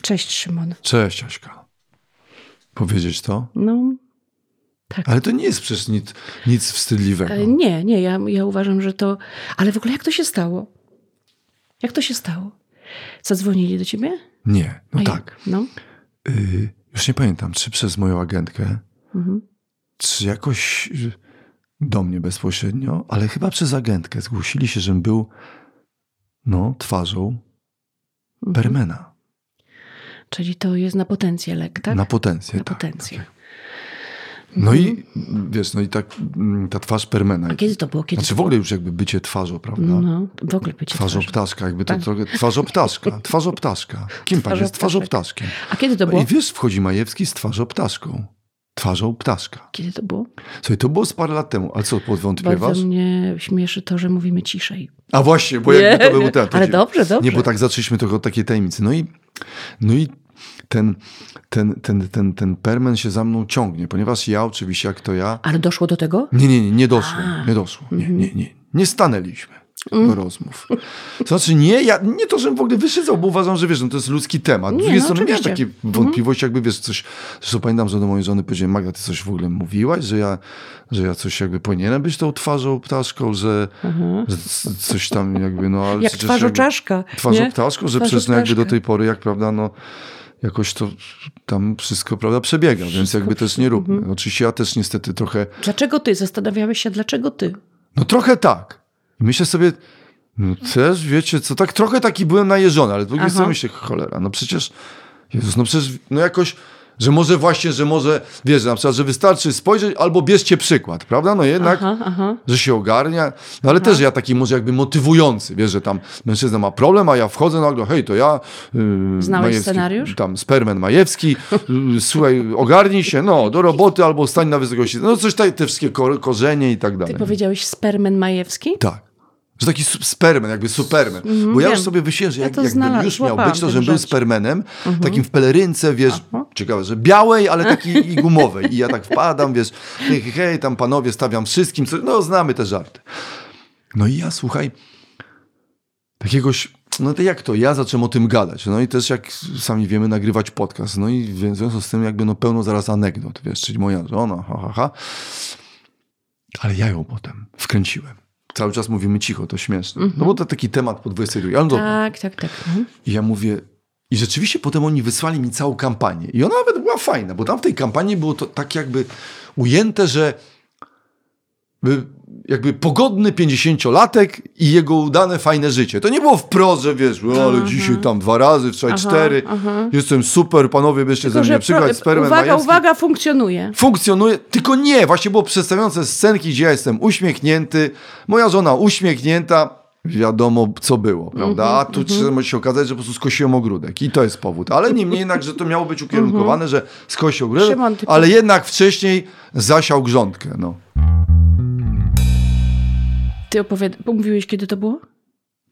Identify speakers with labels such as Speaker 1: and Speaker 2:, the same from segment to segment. Speaker 1: Cześć Szymon.
Speaker 2: Cześć Aśka. Powiedzieć to?
Speaker 1: No, tak.
Speaker 2: Ale to nie jest przecież nic, nic wstydliwego.
Speaker 1: E, Nie, nie, ja, ja uważam, że to... Ale w ogóle jak to się stało? Jak to się stało? Zadzwonili do ciebie?
Speaker 2: Nie, no
Speaker 1: A
Speaker 2: tak.
Speaker 1: Jak? No.
Speaker 2: Y, już nie pamiętam, czy przez moją agentkę,
Speaker 1: Mhm.
Speaker 2: czy jakoś y, do mnie bezpośrednio, ale chyba przez agentkę zgłosili się, żebym był no, twarzą
Speaker 1: Mhm.
Speaker 2: Bermena.
Speaker 1: Czyli to jest na potencję lek, tak?
Speaker 2: Na potencję.
Speaker 1: Na
Speaker 2: tak,
Speaker 1: potencję.
Speaker 2: tak. No i wiesz, no i tak mm, ta twarz Permena.
Speaker 1: A kiedy to było? Kiedy
Speaker 2: Znaczy
Speaker 1: to
Speaker 2: w ogóle już jakby bycie twarzą, prawda?
Speaker 1: było? No, w ogóle bycie
Speaker 2: Twarzą
Speaker 1: twarzy.
Speaker 2: ptaszka, jakby to
Speaker 1: Tak.
Speaker 2: trochę. Twarzą ptaszka, twarzą ptaszka. Kim pan
Speaker 1: Twarzą
Speaker 2: jest? Twarzą
Speaker 1: ptaszek.
Speaker 2: ptaszkiem.
Speaker 1: A kiedy to
Speaker 2: No
Speaker 1: było?
Speaker 2: I wiesz, wchodzi Majewski z twarzą ptaszką. Twarzą ptaszka.
Speaker 1: Kiedy to było?
Speaker 2: Słuchaj, to było z parę lat temu. A co, podwątpiewasz?
Speaker 1: Bardzo mnie śmieszy to, że mówimy ciszej.
Speaker 2: A właśnie, bo jakby to był ten. to
Speaker 1: Ale
Speaker 2: ci-
Speaker 1: dobrze, dobrze.
Speaker 2: Nie, bo tak zaczęliśmy trochę od takiej tajemnicy. No i, no i ten, ten, ten, ten, ten permen się za mną ciągnie, ponieważ ja oczywiście, jak to ja...
Speaker 1: Ale doszło do tego?
Speaker 2: Nie, nie, nie, nie doszło.
Speaker 1: A. Mhm.
Speaker 2: Nie doszło. Nie, nie, nie. Nie stanęliśmy do rozmów. To znaczy nie, ja nie to, żebym w ogóle wyszydzał, bo uważam, że wiesz, no to jest ludzki temat. Z
Speaker 1: Nie,
Speaker 2: drugiej
Speaker 1: no
Speaker 2: strony miałem
Speaker 1: oczywiście.
Speaker 2: takie wątpliwości, jakby wiesz, coś, zresztą pamiętam, że do mojej żony powiedziałem, Magda, ty coś w ogóle mówiłaś, że ja, że ja coś jakby powinienem być tą twarzą ptaszką, że, że c- coś tam jakby, no ale...
Speaker 1: Jak
Speaker 2: przecież
Speaker 1: twarzą
Speaker 2: jakby-
Speaker 1: czaszka.
Speaker 2: twarzą
Speaker 1: nie?
Speaker 2: ptaszką, że
Speaker 1: Twarzą
Speaker 2: przez no jakby do
Speaker 1: ptaszka.
Speaker 2: tej pory, jak prawda, no jakoś to tam wszystko, prawda, przebiega, więc jakby też nie róbmy.
Speaker 1: Mhm.
Speaker 2: Oczywiście ja też niestety trochę,
Speaker 1: Dlaczego ty? Zastanawiałeś się, dlaczego ty?
Speaker 2: no trochę tak. I Myślę sobie, no też wiecie co, tak trochę taki byłem najeżony, ale drugi
Speaker 1: Aha.
Speaker 2: sobie myślę, cholera, no przecież, Jezus, no przecież, no jakoś, że może właśnie, że może, wiesz, na przykład, że wystarczy spojrzeć albo bierzcie przykład, prawda, no jednak...
Speaker 1: Aha, aha.
Speaker 2: że się ogarnia, no ale też ja taki może jakby motywujący, wiesz, że tam mężczyzna ma problem, a ja wchodzę nagle, hej, to ja... Yy,
Speaker 1: Znałeś scenariusz?
Speaker 2: Tam Spermen Majewski, yy, słuchaj, ogarnij się, no, do roboty albo stań na wysokości, no coś tak, te wszystkie ko- korzenie i tak dalej.
Speaker 1: Ty powiedziałeś spermen majewski?
Speaker 2: Tak. Że taki su- spermen, jakby supermen. Bo ja
Speaker 1: Mhm. wiem.
Speaker 2: już sobie myślę, że
Speaker 1: Ja
Speaker 2: jak,
Speaker 1: to
Speaker 2: jakbym
Speaker 1: znalaz-
Speaker 2: już miał
Speaker 1: złapałam
Speaker 2: być, to
Speaker 1: tę
Speaker 2: żebym był
Speaker 1: rzecz. Mhm.
Speaker 2: spermenem, takim w pelerynce, wiesz, ciekawe, że białej, ale takiej i gumowej. I ja tak wpadam, wiesz, hej, hej, hej, tam panowie, stawiam wszystkim, co, no znamy te żarty. No i ja, słuchaj, takiegoś, no to jak to, ja zacząłem o tym gadać, no i też jak sami wiemy, nagrywać podcast, no i w związku z tym jakby no pełno zaraz anegdot, wiesz, czyli moja żona, ha, ha, ha. Ale ja ją potem wkręciłem. Cały czas mówimy cicho, to śmieszne. No bo to taki temat po 22. Ale dobra.
Speaker 1: Tak, tak, tak. Mhm.
Speaker 2: I ja mówię. I rzeczywiście potem oni wysłali mi całą kampanię. I ona nawet była fajna, bo tam w tej kampanii było to tak jakby ujęte, że by- jakby pogodny 50-latek i jego udane fajne życie. To nie było wprost, że wiesz, o, ale dzisiaj tam dwa razy, wczoraj
Speaker 1: Mhm. Aha,
Speaker 2: cztery.
Speaker 1: aha.
Speaker 2: Jestem super, panowie, byście ze
Speaker 1: Tylko,
Speaker 2: mnie
Speaker 1: że
Speaker 2: przykład.
Speaker 1: pro,
Speaker 2: Spermen
Speaker 1: uwaga,
Speaker 2: Majewski
Speaker 1: uwaga, funkcjonuje.
Speaker 2: funkcjonuje, tylko nie, właśnie było przedstawiające scenki, gdzie ja jestem uśmiechnięty, moja żona uśmiechnięta, wiadomo co było, prawda?
Speaker 1: Mhm,
Speaker 2: A tu mm może się okazać, że po prostu skosiłem ogródek i to jest powód, ale niemniej jednak, że to miało być ukierunkowane, że skosił ogródek,
Speaker 1: Mhm. Szymon, ty-
Speaker 2: ale jednak wcześniej zasiał grządkę, no.
Speaker 1: Ty opowiada- mówiłeś, kiedy to było?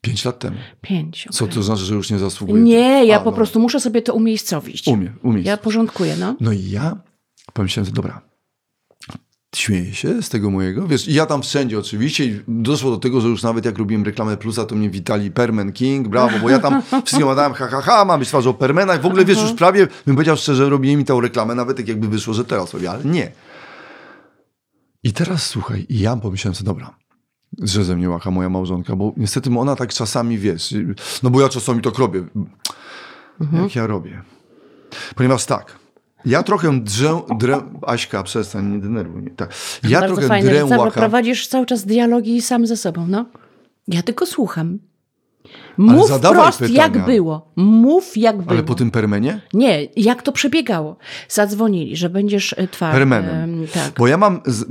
Speaker 2: Pięć lat temu.
Speaker 1: Pięć.
Speaker 2: Co
Speaker 1: okej.
Speaker 2: to znaczy, że już nie zasługuje?
Speaker 1: Nie, ja
Speaker 2: A,
Speaker 1: po
Speaker 2: no.
Speaker 1: prostu muszę sobie to umiejscowić.
Speaker 2: Umie, umie.
Speaker 1: Ja porządkuję, no.
Speaker 2: No i ja pomyślałem, że dobra, śmieję się z tego mojego, wiesz, i ja tam wszędzie oczywiście i doszło do tego, że już nawet jak robiłem reklamę Plusa, to mnie witali Permen King, brawo, bo ja tam wszystkim badałem, ha, ha, ha, mam być twarzą Permena i w ogóle, wiesz, już prawie, bym powiedział szczerze, robiłem mi tą reklamę, nawet jak jakby wyszło, że teraz robię, ale nie. I teraz słuchaj, i ja pomyślałem sobie, dobra, że ze mnie łacha moja małżonka, bo niestety ona tak czasami, wiesz, y, no bo ja czasami tak robię,
Speaker 1: Mhm.
Speaker 2: jak ja robię. Ponieważ tak, ja trochę drę, drę Aśka, przestań, nie denerwuj mnie. Tak. Ja
Speaker 1: Bardzo
Speaker 2: trochę
Speaker 1: fajne,
Speaker 2: drę
Speaker 1: że cały,
Speaker 2: łaka,
Speaker 1: prowadzisz cały czas dialogi sam ze sobą, no. Ja tylko słucham. Mów
Speaker 2: zadawaj
Speaker 1: wprost,
Speaker 2: pytania.
Speaker 1: jak było. Mów, jak było.
Speaker 2: ale po tym permenie?
Speaker 1: Nie, jak to przebiegało? Zadzwonili, że będziesz y, twardy.
Speaker 2: Permenem.
Speaker 1: em, Tak.
Speaker 2: Bo ja mam. Z,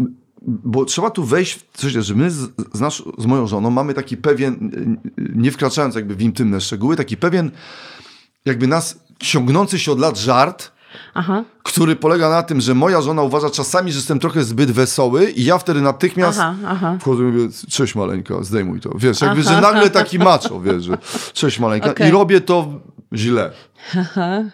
Speaker 2: bo trzeba tu wejść w coś, że my z, z, nasz, z moją żoną mamy taki pewien, y, y, nie wkraczając jakby w intymne szczegóły, taki pewien, jakby nas ciągnący się od lat żart,
Speaker 1: Aha.
Speaker 2: który polega na tym, że moja żona uważa czasami, że jestem trochę zbyt wesoły i ja wtedy natychmiast
Speaker 1: Aha, aha.
Speaker 2: wchodzę i mówię, cześć maleńka, zdejmuj to. Wiesz, jakby,
Speaker 1: Aha.
Speaker 2: że nagle taki macho, wiesz, że cześć maleńka.
Speaker 1: Okej.
Speaker 2: I robię to źle.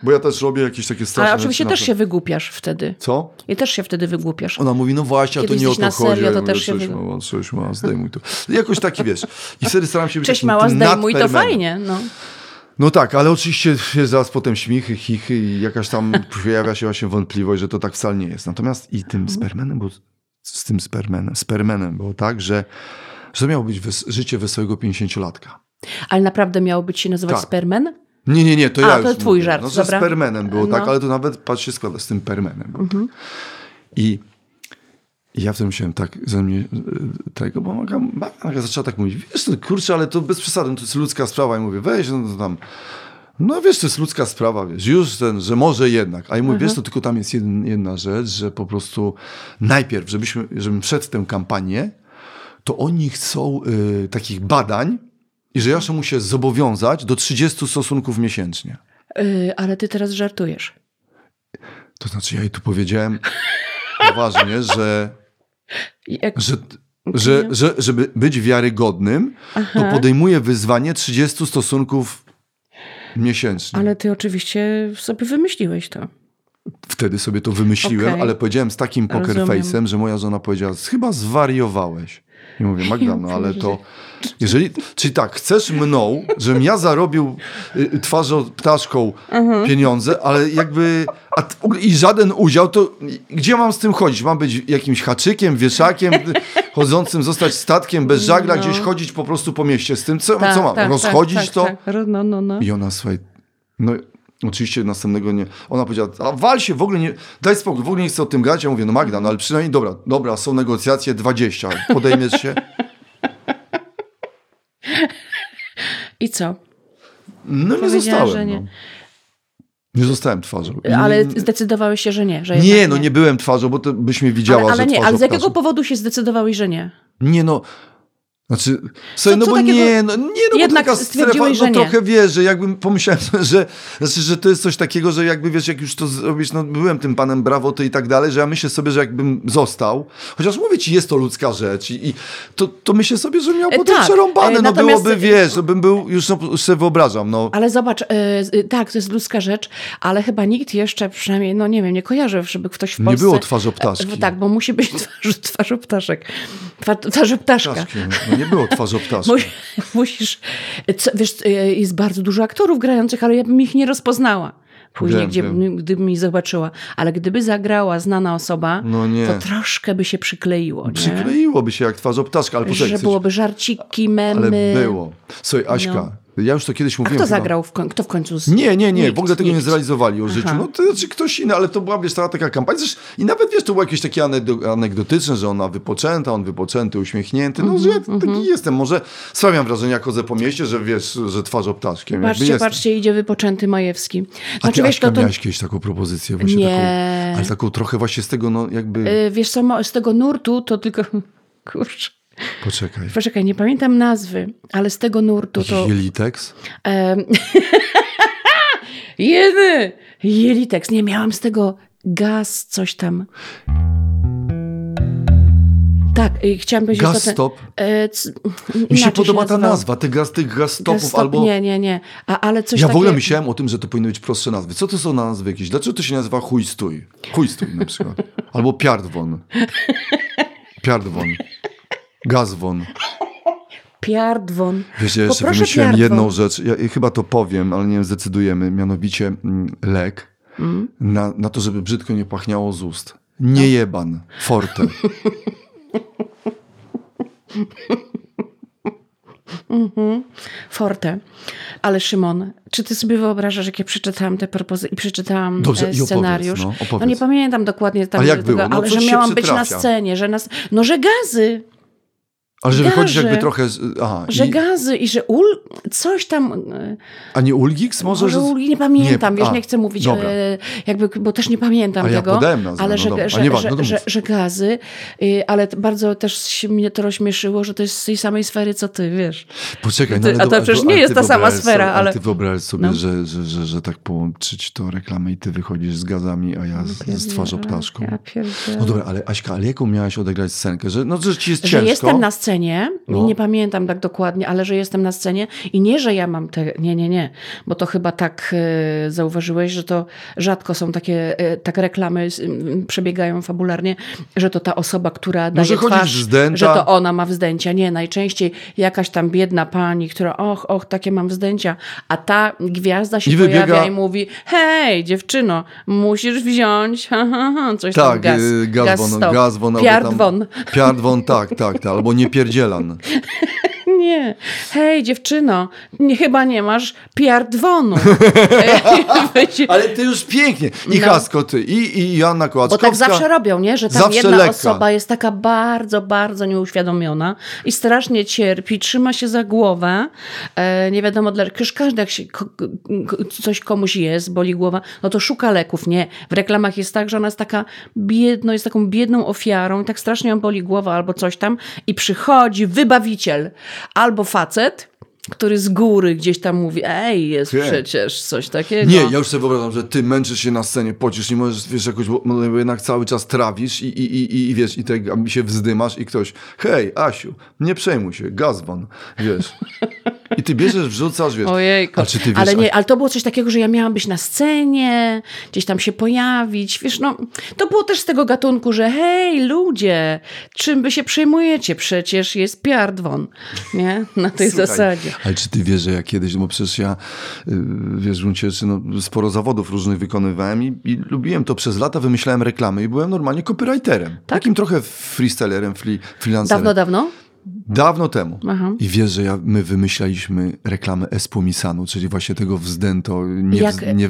Speaker 2: Bo ja też robię jakieś takie straszne
Speaker 1: Ale oczywiście
Speaker 2: rzeczy
Speaker 1: też
Speaker 2: na-
Speaker 1: się wygłupiasz wtedy.
Speaker 2: Co?
Speaker 1: I też się wtedy wygłupiasz.
Speaker 2: Ona mówi, no właśnie, a to
Speaker 1: Kiedy
Speaker 2: nie o
Speaker 1: jesteś
Speaker 2: to
Speaker 1: na
Speaker 2: chodzi.
Speaker 1: serio,
Speaker 2: Ja
Speaker 1: to
Speaker 2: mówię,
Speaker 1: też się
Speaker 2: Cześć
Speaker 1: wy-
Speaker 2: mała, cześć mała, zdejmuj to. Jakoś taki, wiesz. I wtedy staram się być
Speaker 1: Cześć
Speaker 2: takim
Speaker 1: mała,
Speaker 2: tym
Speaker 1: zdejmuj, to
Speaker 2: nadpermenem.
Speaker 1: fajnie. No.
Speaker 2: No tak, ale oczywiście jest zaraz potem śmichy, chichy i jakaś tam pojawia się właśnie wątpliwość, że to tak wcale nie jest. Natomiast i tym spermenem, bo z tym spermenem, spermenem było tak, że, że to miało być wes- życie wesołego 50-latka.
Speaker 1: Ale naprawdę miało być się nazywać
Speaker 2: Tak.
Speaker 1: Spermen?
Speaker 2: Nie, nie, nie, to
Speaker 1: A,
Speaker 2: ja
Speaker 1: to
Speaker 2: już
Speaker 1: twój
Speaker 2: mówię.
Speaker 1: żart,
Speaker 2: No, że z
Speaker 1: dobra.
Speaker 2: permenem było tak,
Speaker 1: No. Mhm.
Speaker 2: ale to nawet, patrz, się składa z tym permenem. było tak. I i ja wtedy myślałem tak, ze mnie e, tego, bo Magda Magda zaczęła tak mówić, wiesz, to, kurczę, ale to bez przesady, no to jest ludzka sprawa. I mówię, weź, no to tam, no wiesz, to jest ludzka sprawa, wiesz, już ten, że może jednak. A ja mówię,
Speaker 1: Mhm.
Speaker 2: wiesz, to tylko tam jest jeden, jedna rzecz, że po prostu najpierw, żebyśmy, żebym przed tę kampanię, to oni chcą y, takich badań i że ja jeszcze muszę zobowiązać do 30 stosunków miesięcznie.
Speaker 1: Yy, ale ty teraz żartujesz.
Speaker 2: To znaczy, ja jej tu powiedziałem poważnie, że
Speaker 1: Jak...
Speaker 2: że, że, że żeby być wiarygodnym, to podejmuje wyzwanie 30 stosunków miesięcznie.
Speaker 1: Ale ty oczywiście sobie wymyśliłeś
Speaker 2: No,
Speaker 1: to.
Speaker 2: Wtedy sobie to wymyśliłem,
Speaker 1: Okej.
Speaker 2: ale powiedziałem z takim poker
Speaker 1: Rozumiem.
Speaker 2: face'em, że moja żona powiedziała, chyba zwariowałeś. I mówię, Magda, no ale to... Jeżeli, czyli tak, chcesz mną, żebym ja zarobił y, twarzą ptaszką pieniądze, ale jakby... A, t- I żaden udział, to gdzie mam z tym chodzić? Mam być jakimś haczykiem, wieszakiem, chodzącym, zostać statkiem bez żagla,
Speaker 1: No.
Speaker 2: gdzieś chodzić po prostu po mieście z tym? Co, co mam? Rozchodzić
Speaker 1: tak,
Speaker 2: to?
Speaker 1: Tak. Ro- No, no, no.
Speaker 2: I ona, słuchaj, no oczywiście następnego nie, ona powiedziała, a wal się, w ogóle nie, daj spokój, w ogóle nie chcę o tym grać. Ja mówię, no Magda, no ale przynajmniej dobra, dobra, są negocjacje 20, podejmiesz się?
Speaker 1: I co?
Speaker 2: No nie
Speaker 1: Powiedziała,
Speaker 2: zostałem.
Speaker 1: że nie.
Speaker 2: Nie. No. nie zostałem twarzą. I-
Speaker 1: Ale zdecydowałeś się, że nie. Że
Speaker 2: Mm. Nie,
Speaker 1: jednak
Speaker 2: no nie byłem twarzą, bo to byś mnie widziała,
Speaker 1: ale,
Speaker 2: że
Speaker 1: ale nie,
Speaker 2: twarzą
Speaker 1: ale z jakiego
Speaker 2: ptaszą.
Speaker 1: powodu się zdecydowałeś, że nie?
Speaker 2: Nie no, znaczy, słuchaj, no
Speaker 1: co
Speaker 2: bo
Speaker 1: takiego-
Speaker 2: nie, no, nie, no bo
Speaker 1: Jednak
Speaker 2: taka strefa,
Speaker 1: stwierdziłeś,
Speaker 2: no
Speaker 1: że nie.
Speaker 2: trochę wiesz, że jakbym pomyślałem, że, znaczy, że to jest coś takiego, że jakby wiesz, jak już to zrobisz, no byłem tym panem brawoty i tak dalej, że ja myślę sobie, że jakbym został, chociaż mówię ci, jest to ludzka rzecz i, i to, to myślę sobie, że miał
Speaker 1: E,
Speaker 2: potem
Speaker 1: tak,
Speaker 2: przerąbane,
Speaker 1: e,
Speaker 2: no
Speaker 1: natomiast-
Speaker 2: byłoby, wiesz, to bym był, już no, już sobie wyobrażam, no.
Speaker 1: Ale zobacz, e, z- e, tak, to jest ludzka rzecz, ale chyba nikt jeszcze, przynajmniej, no nie wiem, nie kojarzę, żeby ktoś w
Speaker 2: Nie
Speaker 1: Polsce...
Speaker 2: było twarzy ptaszki.
Speaker 1: E, Tak, bo musi być twarz, twarzą ptaszek. Twa, twarzą ptaszka.
Speaker 2: Ptaszki, no nie było twarzą ptaszki.
Speaker 1: Musi- Musisz, co, wiesz, e, jest bardzo dużo aktorów grających, ale ja bym ich nie rozpoznała. Później,
Speaker 2: Wiem,
Speaker 1: gdzie,
Speaker 2: wiem.
Speaker 1: gdybym ich zobaczyła. Ale gdyby zagrała znana osoba,
Speaker 2: No nie.
Speaker 1: to troszkę by się przykleiło, nie?
Speaker 2: Przykleiłoby się jak twarzą ptaszka, ale poczekaj,
Speaker 1: Że
Speaker 2: chcesz,
Speaker 1: byłoby żarciki, memy.
Speaker 2: ale było. Słuchaj, Aśka, ja już to kiedyś
Speaker 1: No. A
Speaker 2: mówiłem.
Speaker 1: kto
Speaker 2: chyba-
Speaker 1: zagrał? W koń, kto w końcu? Z...
Speaker 2: Nie, nie, nie,
Speaker 1: Nikt,
Speaker 2: w ogóle tego nie
Speaker 1: nikt.
Speaker 2: zrealizowali o życiu. No to znaczy ktoś inny, ale to była wiesz, ta, taka kampania. Zresztą, I nawet wiesz, to było jakieś takie anegdo- anegdotyczne, że ona wypoczęta, on wypoczęty, uśmiechnięty. No, że ja
Speaker 1: Mhm,
Speaker 2: taki jestem. Może sprawiam wrażenie, jak chodzę po mieście, że wiesz, że twarzą ptaszkiem. jakby
Speaker 1: Patrzcie,
Speaker 2: jestem.
Speaker 1: patrzcie, idzie wypoczęty Majewski.
Speaker 2: A ty,
Speaker 1: Znaczy, wiesz,
Speaker 2: Aśka,
Speaker 1: to, to,
Speaker 2: miałaś kiedyś taką propozycję właśnie
Speaker 1: Nie.
Speaker 2: taką, ale taką trochę właśnie z tego, no jakby,
Speaker 1: y, wiesz co, mo- z tego nurtu to tylko... Kurczę.
Speaker 2: poczekaj,
Speaker 1: Poczekaj, nie pamiętam nazwy, ale z tego nurtu to...
Speaker 2: Jeliteks?
Speaker 1: Em, Jedy! Jeliteks, nie miałam z tego gaz, coś tam. Tak, y, chciałam powiedzieć... że
Speaker 2: Gastop?
Speaker 1: Ten, e, c,
Speaker 2: Mi się
Speaker 1: inaczej
Speaker 2: podoba ta
Speaker 1: nazywało.
Speaker 2: nazwa, tych, gaz, tych gastopów
Speaker 1: Gastop,
Speaker 2: albo...
Speaker 1: Nie, nie, nie. A, ale coś
Speaker 2: Ja
Speaker 1: takie...
Speaker 2: w ogóle myślałem o tym, że to powinny być prostsze nazwy. Co to są nazwy jakieś? Dlaczego to się nazywa chuj stój? Chuj stój na przykład. Albo piardwon. Piardwon. Gazwon.
Speaker 1: Piardwon.
Speaker 2: Wiesz, ja jeszcze
Speaker 1: Poproszę
Speaker 2: wymyśliłem
Speaker 1: piardwon.
Speaker 2: jedną rzecz. Ja ja chyba to powiem, ale nie wiem, zdecydujemy. Mianowicie mm, lek
Speaker 1: Mm.
Speaker 2: na, na to, żeby brzydko nie pachniało z ust. Niejeban. Forte.
Speaker 1: Mhm. Forte. Ale Szymon, czy ty sobie wyobrażasz, jak ja przeczytałam te propozycje i przeczytałam
Speaker 2: Dobrze,
Speaker 1: e,
Speaker 2: i opowiedz,
Speaker 1: scenariusz?
Speaker 2: no, opowiedz.
Speaker 1: nie pamiętam dokładnie tam,
Speaker 2: Ale jak
Speaker 1: tego,
Speaker 2: było? No,
Speaker 1: ale
Speaker 2: coś
Speaker 1: że
Speaker 2: się
Speaker 1: miałam być na
Speaker 2: przytrafia.
Speaker 1: scenie, że nas. No, że gazy,
Speaker 2: Ale że wychodzisz
Speaker 1: Gaże.
Speaker 2: jakby trochę... Z, aha,
Speaker 1: że
Speaker 2: i,
Speaker 1: gazy i że ul. coś tam. e,
Speaker 2: a nie Ulgiks może?
Speaker 1: Może
Speaker 2: że-
Speaker 1: uli, nie pamiętam,
Speaker 2: Nie,
Speaker 1: wiesz,
Speaker 2: a,
Speaker 1: nie chcę mówić,
Speaker 2: dobra.
Speaker 1: e, jakby, bo też nie pamiętam
Speaker 2: A ja
Speaker 1: tego.
Speaker 2: podałem nazwę,
Speaker 1: ale
Speaker 2: no
Speaker 1: że,
Speaker 2: dobra. A
Speaker 1: że,
Speaker 2: nieważne,
Speaker 1: że,
Speaker 2: to
Speaker 1: że,
Speaker 2: mów.
Speaker 1: że gazy, y, ale t- bardzo też się mnie to rozśmieszyło, że to jest z tej samej sfery, co ty, wiesz.
Speaker 2: Poczekaj,
Speaker 1: Ty-
Speaker 2: no
Speaker 1: a
Speaker 2: ale
Speaker 1: to
Speaker 2: dobra,
Speaker 1: przecież
Speaker 2: bo-
Speaker 1: nie
Speaker 2: ale
Speaker 1: jest
Speaker 2: ty
Speaker 1: ta sama
Speaker 2: wyobrażasz
Speaker 1: sfera,
Speaker 2: sobie-
Speaker 1: ale-
Speaker 2: Ty wyobraź sobie,
Speaker 1: No.
Speaker 2: że, że, że, że tak połączyć tą reklamę i ty wychodzisz z gazami, a ja
Speaker 1: No
Speaker 2: z, z twarzą ptaszką.
Speaker 1: Ja pierdzielę.
Speaker 2: No dobra, ale Aśka, ale jaką miałaś odegrać scenkę? Że, no, że ci jest
Speaker 1: Że
Speaker 2: ciężko.
Speaker 1: jestem na scenie,
Speaker 2: No.
Speaker 1: nie pamiętam tak dokładnie, ale że jestem na scenie i nie, że ja mam te. Nie, nie, nie, bo to chyba tak e, zauważyłeś, że to rzadko są takie, e, tak reklamy s- m, przebiegają fabularnie, że to ta osoba, która daje
Speaker 2: No, że chodzi
Speaker 1: twarz,
Speaker 2: wzdęta.
Speaker 1: że to ona ma wzdęcia. Nie, najczęściej jakaś tam biedna pani, która och, och, takie mam wzdęcia, a ta gwiazda się
Speaker 2: I
Speaker 1: pojawia
Speaker 2: wybiega-
Speaker 1: i mówi hej, dziewczyno, musisz wziąć ha, ha, ha, coś tam,
Speaker 2: Tak,
Speaker 1: gaz,
Speaker 2: y, gaz,
Speaker 1: gaz
Speaker 2: won,
Speaker 1: stop,
Speaker 2: gaz won, albo
Speaker 1: piardwon.
Speaker 2: Tam, piardwon, tak, tak, tak, albo niepierdzielan.
Speaker 1: Nie. Hej, dziewczyno, nie, chyba nie masz piardwonu.
Speaker 2: Ale ty już pięknie. I
Speaker 1: No.
Speaker 2: Hasko ty, i, i Joanna
Speaker 1: Bo
Speaker 2: Kołaczkowska.
Speaker 1: tak zawsze robią, nie? Że tam
Speaker 2: Zawsze
Speaker 1: jedna
Speaker 2: lekka.
Speaker 1: osoba jest taka bardzo, bardzo nieuświadomiona i strasznie cierpi, trzyma się za głowę. E, nie wiadomo dlaczego. Już każdy jak się ko- ko- coś komuś jest, boli głowa, no to szuka leków, nie? W reklamach jest tak, że ona jest taka biedna, jest taką biedną ofiarą i tak strasznie ją boli głowa albo coś tam i przychodzi wybawiciel albo facet, który z góry gdzieś tam mówi, ej, jest
Speaker 2: Ty.
Speaker 1: przecież coś takiego.
Speaker 2: Nie, ja już sobie wyobrażam, że ty męczysz się na scenie, pocisz, nie możesz, wiesz, jakoś, bo no, bo jednak cały czas trawisz i, i, i, i, i wiesz, i tak się wzdymasz i ktoś, hej, Asiu, nie przejmuj się, gazban, wiesz. I ty bierzesz, wrzucasz, wiesz.
Speaker 1: Ojejku.
Speaker 2: A czy ty wiesz,
Speaker 1: ale
Speaker 2: a-
Speaker 1: nie, ale to było coś takiego, że ja miałam być na scenie, gdzieś tam się pojawić. Wiesz, no, to było też z tego gatunku, że hej ludzie, czym wy się przejmujecie? Przecież jest piardwon, nie? Na tej
Speaker 2: Słuchaj,
Speaker 1: zasadzie.
Speaker 2: Ale czy ty wiesz, że ja kiedyś, no bo przecież ja, y, wiesz, w gruncie rzeczy, no, sporo zawodów różnych wykonywałem i, i lubiłem to przez lata, wymyślałem reklamy i byłem normalnie copywriterem.
Speaker 1: Tak.
Speaker 2: Takim trochę freestylerem, free, freelancerem.
Speaker 1: Dawno, dawno?
Speaker 2: Dawno temu.
Speaker 1: Aha.
Speaker 2: I wiesz, że ja, my wymyślaliśmy reklamę Espumisanu, czyli właśnie tego wzdęto, nie,
Speaker 1: Jak-
Speaker 2: wz, nie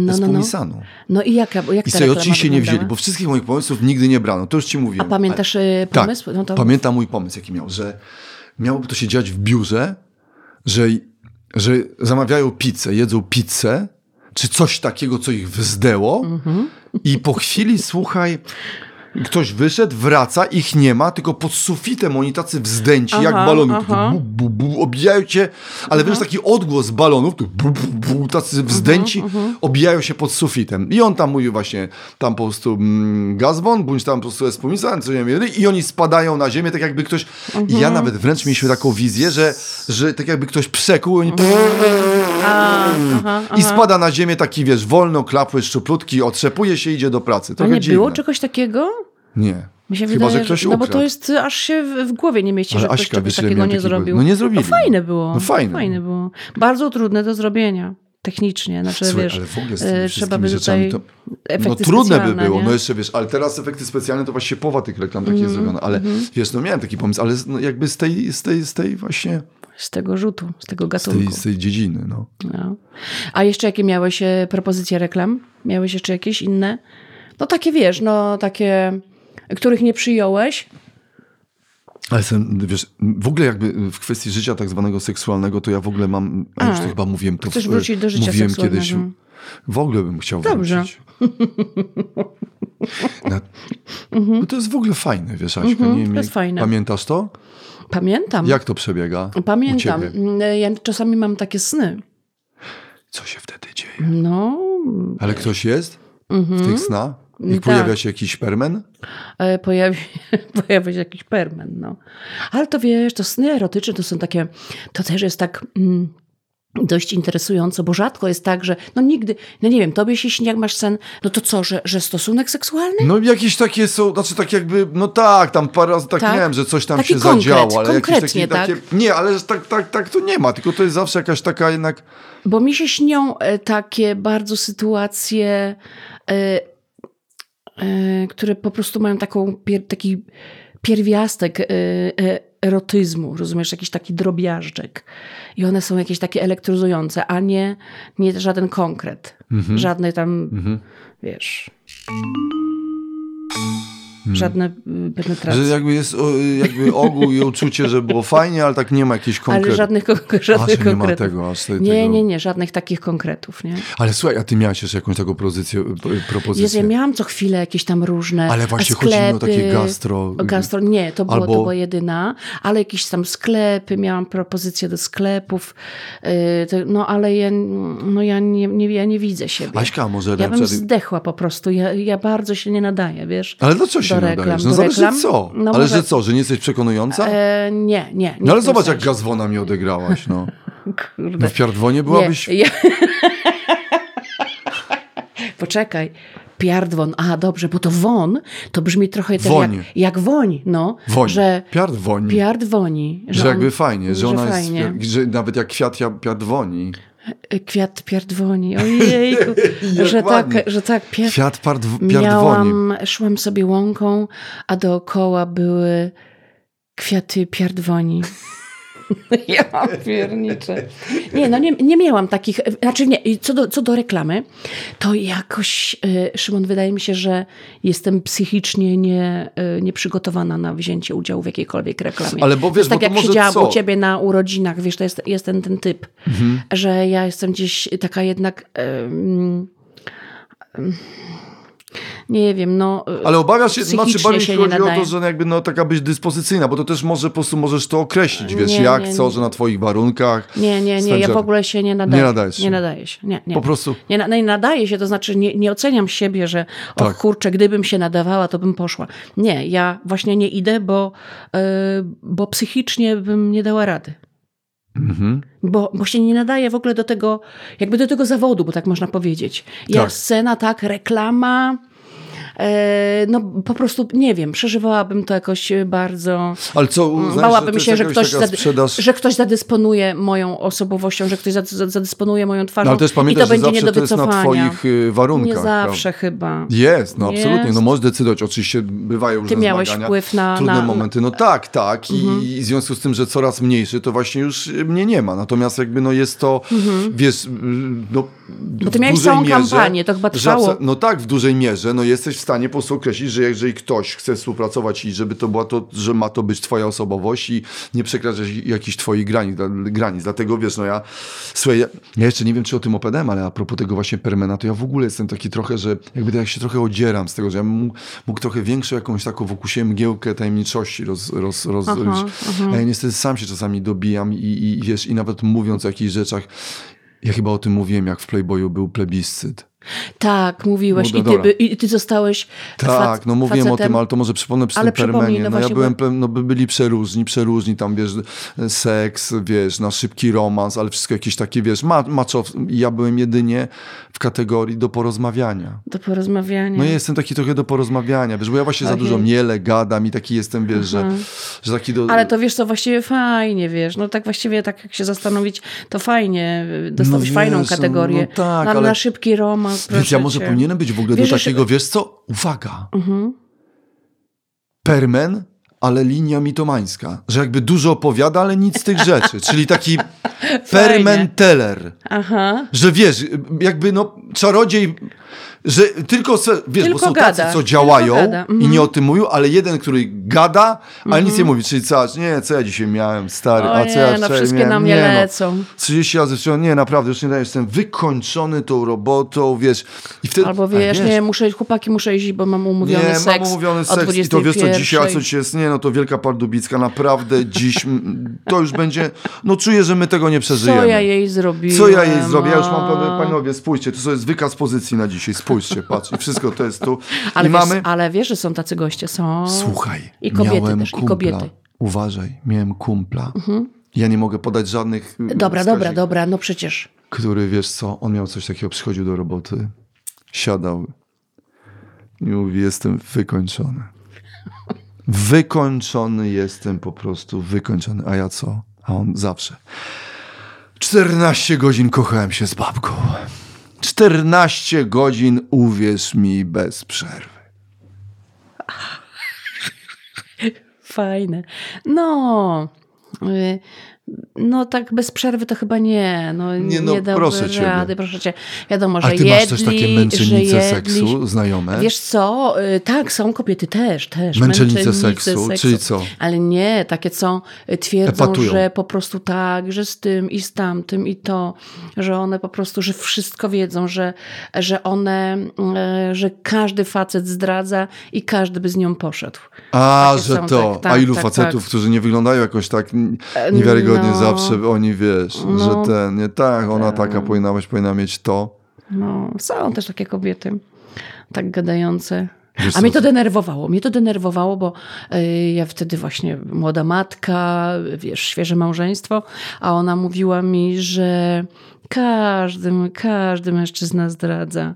Speaker 1: No, no, no.
Speaker 2: Espumisanu.
Speaker 1: No i jaka, jak
Speaker 2: I
Speaker 1: ta
Speaker 2: sobie
Speaker 1: reklama
Speaker 2: oczywiście nie
Speaker 1: wyglądała?
Speaker 2: wzięli, bo wszystkich moich pomysłów nigdy nie brano, to już ci mówiłem.
Speaker 1: A pamiętasz y,
Speaker 2: Tak,
Speaker 1: pomysł? no to...
Speaker 2: pamiętam mój pomysł, jaki miał, że miałoby to się dziać w biurze, że, że zamawiają pizzę, jedzą pizzę, czy coś takiego, co ich wzdęło i po chwili, słuchaj... Ktoś wyszedł, wraca, ich nie ma, tylko pod sufitem oni tacy wzdęci, jak
Speaker 1: Aha,
Speaker 2: balony.
Speaker 1: aha.
Speaker 2: Bu, bu, bu, obijają cię, ale wiesz,
Speaker 1: Mhm.
Speaker 2: taki odgłos balonów, tu bu, bu, bu, tacy wzdęci
Speaker 1: mhm.
Speaker 2: obijają się pod sufitem. I on tam mówi właśnie, tam po prostu mm, gazbon, bądź tam po prostu wspominałem, co nie wiem, i oni spadają na ziemię, tak jakby ktoś... I
Speaker 1: Mhm.
Speaker 2: ja nawet wręcz mieliśmy taką wizję, że, że tak jakby ktoś przekuł i oni...
Speaker 1: Mhm. A, aha,
Speaker 2: I spada na ziemię taki, wiesz, wolno, klapły, szczuplutki, otrzepuje się i idzie do pracy.
Speaker 1: a
Speaker 2: Trochę
Speaker 1: nie
Speaker 2: dziwne.
Speaker 1: było czegoś takiego?
Speaker 2: Nie.
Speaker 1: Mi się
Speaker 2: Chyba,
Speaker 1: wydaje,
Speaker 2: że ktoś
Speaker 1: no bo
Speaker 2: ukradł.
Speaker 1: to jest, y, aż się w, w głowie nie mieści,
Speaker 2: Ale
Speaker 1: że ktoś
Speaker 2: Aśka,
Speaker 1: czegoś
Speaker 2: wiesz, ile
Speaker 1: takiego
Speaker 2: miała
Speaker 1: nie
Speaker 2: takich
Speaker 1: zrobił.
Speaker 2: godzin? No nie zrobili.
Speaker 1: No fajne było.
Speaker 2: No fajne.
Speaker 1: było. Bardzo trudne do zrobienia technicznie. Znaczy,
Speaker 2: Słuchaj,
Speaker 1: wiesz,
Speaker 2: ale w ogóle z
Speaker 1: y,
Speaker 2: tymi
Speaker 1: trzeba
Speaker 2: wszystkimi
Speaker 1: by
Speaker 2: rzeczami
Speaker 1: tutaj
Speaker 2: to...
Speaker 1: efekty
Speaker 2: No trudne by
Speaker 1: specjalne,
Speaker 2: było,
Speaker 1: nie? Mhm,
Speaker 2: no jeszcze wiesz, ale teraz efekty specjalne to właśnie połowa tych reklam takich jest zrobiona, ale wiesz, no miałem taki pomysł, ale z- no, jakby z tej, z tej, z tej właśnie,
Speaker 1: Z tego rzutu, z tego
Speaker 2: z tej,
Speaker 1: gatunku.
Speaker 2: z tej dziedziny, no.
Speaker 1: No. A jeszcze jakie miałeś e, propozycje reklam? Miałeś jeszcze jakieś inne? No takie, wiesz, no takie, których nie przyjąłeś.
Speaker 2: Ale jestem, wiesz, w ogóle jakby w kwestii życia tak zwanego seksualnego, to ja w ogóle mam, a już
Speaker 1: A,
Speaker 2: to chyba mówiłem to. w-
Speaker 1: chcesz wrócić do życia
Speaker 2: No, e, mówiłem
Speaker 1: seksualnego.
Speaker 2: kiedyś, w ogóle bym chciał
Speaker 1: Dobrze.
Speaker 2: wrócić. Na, no to jest w ogóle fajne, wiesz, Aśka.
Speaker 1: Mhm,
Speaker 2: nie
Speaker 1: to
Speaker 2: wiem,
Speaker 1: jest fajne.
Speaker 2: Pamiętasz to?
Speaker 1: Pamiętam.
Speaker 2: Jak to przebiega
Speaker 1: Pamiętam.
Speaker 2: u ciebie?
Speaker 1: Mm, Ja czasami mam takie sny.
Speaker 2: Co się wtedy dzieje?
Speaker 1: No,
Speaker 2: Ale ktoś jest w tych snach? I
Speaker 1: Tak.
Speaker 2: pojawia się jakiś permen?
Speaker 1: e, pojawi, pojawia się jakiś permen, no. Ale to wiesz, to sny erotyczne to są takie, to też jest tak mm, dość interesujące, bo rzadko jest tak, że no nigdy, no nie wiem, tobie się śni, jak masz sen, no to co, że, że stosunek seksualny?
Speaker 2: No jakieś takie są, znaczy tak jakby, no tak, tam parę razy tak,
Speaker 1: Tak.
Speaker 2: miałem, że coś tam
Speaker 1: Taki
Speaker 2: się
Speaker 1: konkret,
Speaker 2: zadziało, ale jakieś
Speaker 1: konkretnie,
Speaker 2: takie, takie, nie, ale że tak, tak, tak to nie ma, tylko to jest zawsze jakaś taka jednak,
Speaker 1: Bo mi się śnią e, takie bardzo sytuacje, e, e, które po prostu mają taką, pier, taki pierwiastek e, e, erotyzmu, rozumiesz, jakiś taki drobiażdżek. I one są jakieś takie elektryzujące, a nie, nie żaden konkret.
Speaker 2: Mhm.
Speaker 1: Żadne tam, wiesz...
Speaker 2: Mhm.
Speaker 1: Żadne y, penetracje.
Speaker 2: że jakby jest o, jakby ogół i uczucie, że było fajnie, ale tak nie ma jakichś konkretów.
Speaker 1: Ale żadnych, kon- żadnych
Speaker 2: nie ma
Speaker 1: konkretów.
Speaker 2: tego, aż tej-
Speaker 1: nie,
Speaker 2: tego-
Speaker 1: nie, nie, żadnych takich konkretów, nie?
Speaker 2: Ale słuchaj, a ty miałeś jeszcze jakąś taką pozycję, propozycję?
Speaker 1: Jezu, ja miałam co chwilę jakieś tam różne
Speaker 2: Ale właśnie
Speaker 1: sklepy,
Speaker 2: chodzi mi o takie gastro-
Speaker 1: Gastro, nie, to, było,
Speaker 2: Albo-
Speaker 1: to była jedyna, ale jakieś tam sklepy, miałam propozycje do sklepów, yy, to, no ale ja, no, ja, nie, nie, ja nie widzę siebie.
Speaker 2: Aśka, może
Speaker 1: ja bym
Speaker 2: raczej-
Speaker 1: zdechła po prostu, ja, ja bardzo się nie nadaję, wiesz. E,
Speaker 2: Ale dlaczego się
Speaker 1: do
Speaker 2: nie
Speaker 1: reklam,
Speaker 2: nadajesz. No
Speaker 1: do
Speaker 2: zależy
Speaker 1: reklam?
Speaker 2: co.
Speaker 1: No
Speaker 2: ale
Speaker 1: może-
Speaker 2: że co, że nie jesteś przekonująca?
Speaker 1: E, nie, nie. nie
Speaker 2: tak. no ale
Speaker 1: w tym
Speaker 2: zobacz, jak
Speaker 1: sensie.
Speaker 2: gazwona mi odegrałaś, no.
Speaker 1: Kurde.
Speaker 2: no w piardwonie byłabyś...
Speaker 1: Nie, ja... Poczekaj. Piardwon. A, dobrze, bo to won to brzmi trochę tak
Speaker 2: Woń.
Speaker 1: jak, jak woń, no.
Speaker 2: Woń.
Speaker 1: Że
Speaker 2: Piardwoń.
Speaker 1: piardwoni.
Speaker 2: że jakby fajnie, że,
Speaker 1: że
Speaker 2: ona
Speaker 1: fajnie.
Speaker 2: jest... piar- Że nawet jak kwiat ja piardwoni.
Speaker 1: Kwiat piardwoni. Ojejku.
Speaker 2: Jak
Speaker 1: że, tak,
Speaker 2: ładnie.
Speaker 1: że tak pier...
Speaker 2: Kwiat pardw- piardwoni.
Speaker 1: Miałam, szłam sobie łąką, a dookoła były kwiaty piardwoni. Ja pierniczę. Nie, no nie, nie miałam takich, znaczy nie, i co do, co do reklamy, to jakoś, y, Szymon, wydaje mi się, że jestem psychicznie nie, y, nieprzygotowana na wzięcie udziału w jakiejkolwiek reklamie.
Speaker 2: Ale bo
Speaker 1: To
Speaker 2: wiesz,
Speaker 1: jest tak
Speaker 2: bo to
Speaker 1: jak
Speaker 2: może
Speaker 1: siedziałam
Speaker 2: co? Mhm.
Speaker 1: u ciebie na urodzinach, wiesz, to jest, jest ten, ten typ, że ja jestem gdzieś taka jednak... em, em, nie wiem, no. y,
Speaker 2: Ale obawiasz się,
Speaker 1: psychicznie
Speaker 2: znaczy bardziej
Speaker 1: się
Speaker 2: się
Speaker 1: nie
Speaker 2: chodzi o
Speaker 1: nadaje.
Speaker 2: to, że jakby no taka być dyspozycyjna, bo to też może po prostu możesz to określić, wiesz,
Speaker 1: Nie,
Speaker 2: jak,
Speaker 1: nie,
Speaker 2: co,
Speaker 1: nie.
Speaker 2: że na twoich warunkach.
Speaker 1: Nie, nie, nie, ja
Speaker 2: Sędzia-
Speaker 1: w ogóle się nie nadaję.
Speaker 2: Nie nadajesz się.
Speaker 1: Nie nadaję się. Nie, nie.
Speaker 2: Po prostu.
Speaker 1: Nie, na- nie nadaje się, to znaczy nie, nie oceniam siebie, że o
Speaker 2: Tak.
Speaker 1: kurczę, gdybym się nadawała, to bym poszła. Nie, ja właśnie nie idę, bo, yy, bo psychicznie bym nie dała rady.
Speaker 2: Mhm.
Speaker 1: Bo, bo się nie nadaje w ogóle do tego, jakby do tego zawodu, bo tak można powiedzieć. Ja
Speaker 2: Tak.
Speaker 1: scena, tak, reklama. yy, No po prostu, nie wiem, przeżywałabym to jakoś bardzo...
Speaker 2: Ale co, uznajesz,
Speaker 1: Mm, Bałabym
Speaker 2: to jest
Speaker 1: się, że
Speaker 2: jakaś
Speaker 1: ktoś,
Speaker 2: taka
Speaker 1: zady-
Speaker 2: sprzedaż...
Speaker 1: że ktoś zadysponuje moją osobowością, że ktoś zad- zad- zadysponuje moją twarzą
Speaker 2: No, ale też
Speaker 1: i
Speaker 2: pamiętaj,
Speaker 1: to
Speaker 2: że
Speaker 1: będzie nie
Speaker 2: zawsze
Speaker 1: do
Speaker 2: to jest na
Speaker 1: wycofania.
Speaker 2: twoich y, warunkach.
Speaker 1: nie
Speaker 2: prawda?
Speaker 1: zawsze chyba.
Speaker 2: Jest, no absolutnie.
Speaker 1: Jest.
Speaker 2: No możesz decydować. Oczywiście bywają różne
Speaker 1: miałeś
Speaker 2: zmagania,
Speaker 1: wpływ na-
Speaker 2: trudne
Speaker 1: na- Mhm.
Speaker 2: momenty. No tak, tak. I, I w związku z tym, że coraz mniejszy, to właśnie już y, mnie nie ma. Natomiast jakby no jest to, wiesz, y, no Bo
Speaker 1: ty Mhm. miałeś całą kampanię, to chyba trwało.
Speaker 2: No tak, w dużej mierze. No jesteś w stanie po prostu określić, że jeżeli ktoś chce współpracować i żeby to była to, że ma to być twoja osobowość i nie przekraczać jakichś twoich granic. dla- granic. Dlatego wiesz, no ja, słuchaj, ja, ja jeszcze nie wiem, czy o tym opowiadałem, ale a propos tego właśnie Permena, to ja w ogóle jestem taki trochę, że jakby tak się trochę odzieram z tego, że ja bym mógł, mógł trochę większą jakąś taką wokół siebie mgiełkę tajemniczości roz, roz, roz, roz, A ja niestety sam się czasami dobijam i, i, i wiesz, i nawet mówiąc o jakichś rzeczach, ja chyba o tym mówiłem, jak w Playboyu był plebiscyt.
Speaker 1: Tak, mówiłeś
Speaker 2: No,
Speaker 1: i, ty,
Speaker 2: dobra.
Speaker 1: by- i ty zostałeś
Speaker 2: Tak,
Speaker 1: fac-
Speaker 2: no mówiłem o
Speaker 1: facetem.
Speaker 2: tym, ale to może przypomnę przy
Speaker 1: Ale
Speaker 2: tym
Speaker 1: przypomnij,
Speaker 2: Permenie.
Speaker 1: no
Speaker 2: No, ja
Speaker 1: właśnie,
Speaker 2: byłem,
Speaker 1: bo-
Speaker 2: pe- no by byli przeróżni, przeróżni tam, wiesz, seks, wiesz, na szybki romans, ale wszystko jakieś takie, wiesz, ma, maczow... Ja byłem jedynie w kategorii do porozmawiania.
Speaker 1: Do porozmawiania.
Speaker 2: No ja jestem taki trochę do porozmawiania, wiesz, bo ja właśnie za
Speaker 1: Mm. Okej. Mhm.
Speaker 2: dużo mielę, gadam i taki jestem, wiesz, że, że taki do...
Speaker 1: Ale to wiesz co, właściwie fajnie, wiesz, no tak właściwie tak jak się zastanowić, to fajnie, y, dostałeś
Speaker 2: No
Speaker 1: fajną
Speaker 2: wiesz, no,
Speaker 1: kategorię.
Speaker 2: no tak,
Speaker 1: na,
Speaker 2: ale-
Speaker 1: na szybki romans,
Speaker 2: Więc
Speaker 1: proszę
Speaker 2: ja może
Speaker 1: cię.
Speaker 2: powinienem być w ogóle
Speaker 1: Wiesz,
Speaker 2: do
Speaker 1: że się-
Speaker 2: takiego, wiesz co, uwaga,
Speaker 1: Mhm.
Speaker 2: Permen, ale linia mitomańska. Że jakby dużo opowiada, ale nic z tych rzeczy. Czyli taki permenteller.
Speaker 1: Aha,
Speaker 2: Że wiesz, jakby no czarodziej, że tylko, se, wiesz,
Speaker 1: Tylko
Speaker 2: bo są
Speaker 1: gada,
Speaker 2: tacy, co
Speaker 1: tylko
Speaker 2: działają
Speaker 1: gada,
Speaker 2: i
Speaker 1: mhm.
Speaker 2: nie o tym mówią, ale jeden, który gada, a nic nie mówi. Czyli co, nie, co ja dzisiaj miałem, stary,
Speaker 1: O
Speaker 2: a co
Speaker 1: nie,
Speaker 2: ja
Speaker 1: no,
Speaker 2: wczoraj
Speaker 1: wszystkie
Speaker 2: miałem,
Speaker 1: na mnie
Speaker 2: nie, no.
Speaker 1: lecą.
Speaker 2: 30 razy wczoraj, nie, naprawdę, już nie daję, jestem wykończony tą robotą, wiesz. I wtedy,
Speaker 1: albo
Speaker 2: a
Speaker 1: wiesz, nie, muszę, chłopaki muszę iść, bo mam umówiony
Speaker 2: nie,
Speaker 1: seks
Speaker 2: mam umówiony
Speaker 1: o
Speaker 2: seks i to wiesz co,
Speaker 1: 21:00.
Speaker 2: dzisiaj, a co dzisiaj jest, nie, no to wielka pardubicka, naprawdę dziś, mm, to już będzie, no czuję, że my tego nie przeżyjemy.
Speaker 1: Co ja jej zrobiłem?
Speaker 2: Co ja jej zrobię? Ja już mam
Speaker 1: a?
Speaker 2: pewne, panowie, spójrzcie, to jest wykaz pozycji na dzisiaj, spójrzcie, patrz, i wszystko to jest tu.
Speaker 1: Ale
Speaker 2: I
Speaker 1: wiesz,
Speaker 2: mamy...
Speaker 1: ale wiesz, że są tacy goście, są.
Speaker 2: Słuchaj,
Speaker 1: I kobiety
Speaker 2: miałem
Speaker 1: też, i
Speaker 2: kumpla.
Speaker 1: kobiety. Mhm.
Speaker 2: Uważaj, miałem kumpla. Ja nie mogę podać żadnych y,
Speaker 1: Dobra,
Speaker 2: wskaźników
Speaker 1: dobra, dobra, no przecież.
Speaker 2: który wiesz co, on miał coś takiego, przychodził do roboty, siadał i mówi: Jestem wykończony. Wykończony jestem po prostu, wykończony. A ja co? A on zawsze. 14 godzin kochałem się z babką. 14 godzin, uwierz mi, bez przerwy.
Speaker 1: Fajne. No. y, No tak bez przerwy to chyba nie. No,
Speaker 2: Nie, no,
Speaker 1: nie dałby
Speaker 2: proszę ciebie.
Speaker 1: rady, proszę cię. Wiadomo, że
Speaker 2: A ty
Speaker 1: jedli,
Speaker 2: masz też takie
Speaker 1: że jedli,
Speaker 2: męczennice seksu znajome?
Speaker 1: Wiesz co, y, tak, są kobiety też, też.
Speaker 2: Męczennice seksu, czyli co?
Speaker 1: Ale nie, takie co y, twierdzą,
Speaker 2: Epatują.
Speaker 1: że po prostu tak, że z tym i z tamtym i to, że one po prostu, że wszystko wiedzą, że, że one, y, że każdy facet zdradza i każdy by z nią poszedł.
Speaker 2: A,
Speaker 1: Takie
Speaker 2: że
Speaker 1: są,
Speaker 2: to.
Speaker 1: tak, tak,
Speaker 2: A ilu
Speaker 1: tak,
Speaker 2: facetów,
Speaker 1: tak.
Speaker 2: którzy nie wyglądają jakoś tak n- niewiarygodnie
Speaker 1: no.
Speaker 2: zawsze, oni wiesz, że ten, nie tak, ona taka powinna być, powinna mieć to.
Speaker 1: No, są też takie kobiety tak gadające.
Speaker 2: Wiesz
Speaker 1: A
Speaker 2: co,
Speaker 1: mnie to denerwowało, mnie to denerwowało, bo y, ja wtedy właśnie młoda matka, wiesz, świeże małżeństwo, a ona mówiła mi, że każdy, każdy mężczyzna zdradza.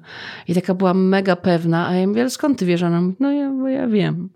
Speaker 1: I taka była mega pewna, a ja mówię, ale skąd ty wiesz? Ona mówi, no ja, bo ja wiem,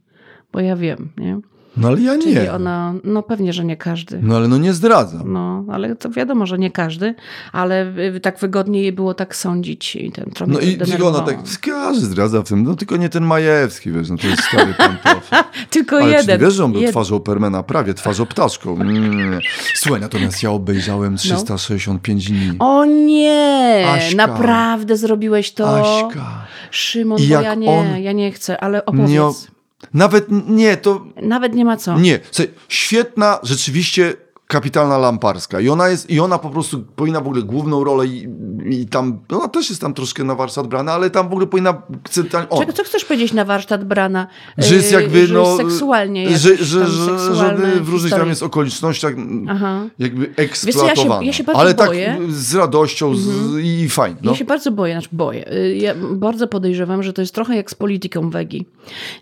Speaker 1: bo ja wiem, nie?
Speaker 2: No ale ja
Speaker 1: Czyli
Speaker 2: nie.
Speaker 1: ona, no pewnie, że nie każdy.
Speaker 2: No ale no nie zdradzam.
Speaker 1: No, ale to wiadomo, że nie każdy, ale y, tak wygodniej jej było tak sądzić i ten trochę
Speaker 2: No i tylko ona
Speaker 1: denerwowało.
Speaker 2: tak, każdy zdradza w tym, no tylko nie ten Majewski, wiesz, no to jest stary pan prof.
Speaker 1: Tylko
Speaker 2: Ale czy
Speaker 1: No jeden.
Speaker 2: ty wiesz, że on był
Speaker 1: jed-
Speaker 2: twarzą Permana? Prawie, twarzą ptaszką. Mm. Słuchaj, natomiast ja obejrzałem 365 dni.
Speaker 1: No. O nie!
Speaker 2: Aśka.
Speaker 1: Naprawdę zrobiłeś to?
Speaker 2: Aśka.
Speaker 1: Szymon,
Speaker 2: I
Speaker 1: bo
Speaker 2: jak
Speaker 1: ja nie,
Speaker 2: on
Speaker 1: ja nie chcę, ale
Speaker 2: Nie, o-
Speaker 1: opowiedz.
Speaker 2: nawet nie, to
Speaker 1: Nawet nie ma co.
Speaker 2: Nie, słuchaj, świetna, rzeczywiście kapitalna lamparska. I ona jest, i ona po prostu powinna w ogóle główną rolę i, i tam, ona też jest tam troszkę na warsztat brana, ale tam w ogóle powinna centralnie... o,
Speaker 1: Czego, co chcesz powiedzieć na warsztat brana?
Speaker 2: że jest
Speaker 1: Yy,
Speaker 2: jakby,
Speaker 1: że
Speaker 2: no...
Speaker 1: jest seksualnie.
Speaker 2: Że,
Speaker 1: jakoś
Speaker 2: że, że,
Speaker 1: tam
Speaker 2: że, że
Speaker 1: seksualne
Speaker 2: w różnych tam
Speaker 1: historie.
Speaker 2: jest okolicznościach m,
Speaker 1: Aha.
Speaker 2: jakby
Speaker 1: co, ja się-
Speaker 2: eksploatowana.
Speaker 1: ja się bardzo
Speaker 2: ale tak
Speaker 1: boję. Mhm.
Speaker 2: z radością z, i fajnie. No.
Speaker 1: Ja się bardzo boję, znaczy boję. Y, Ja bardzo podejrzewam, że to jest trochę jak z polityką wegi.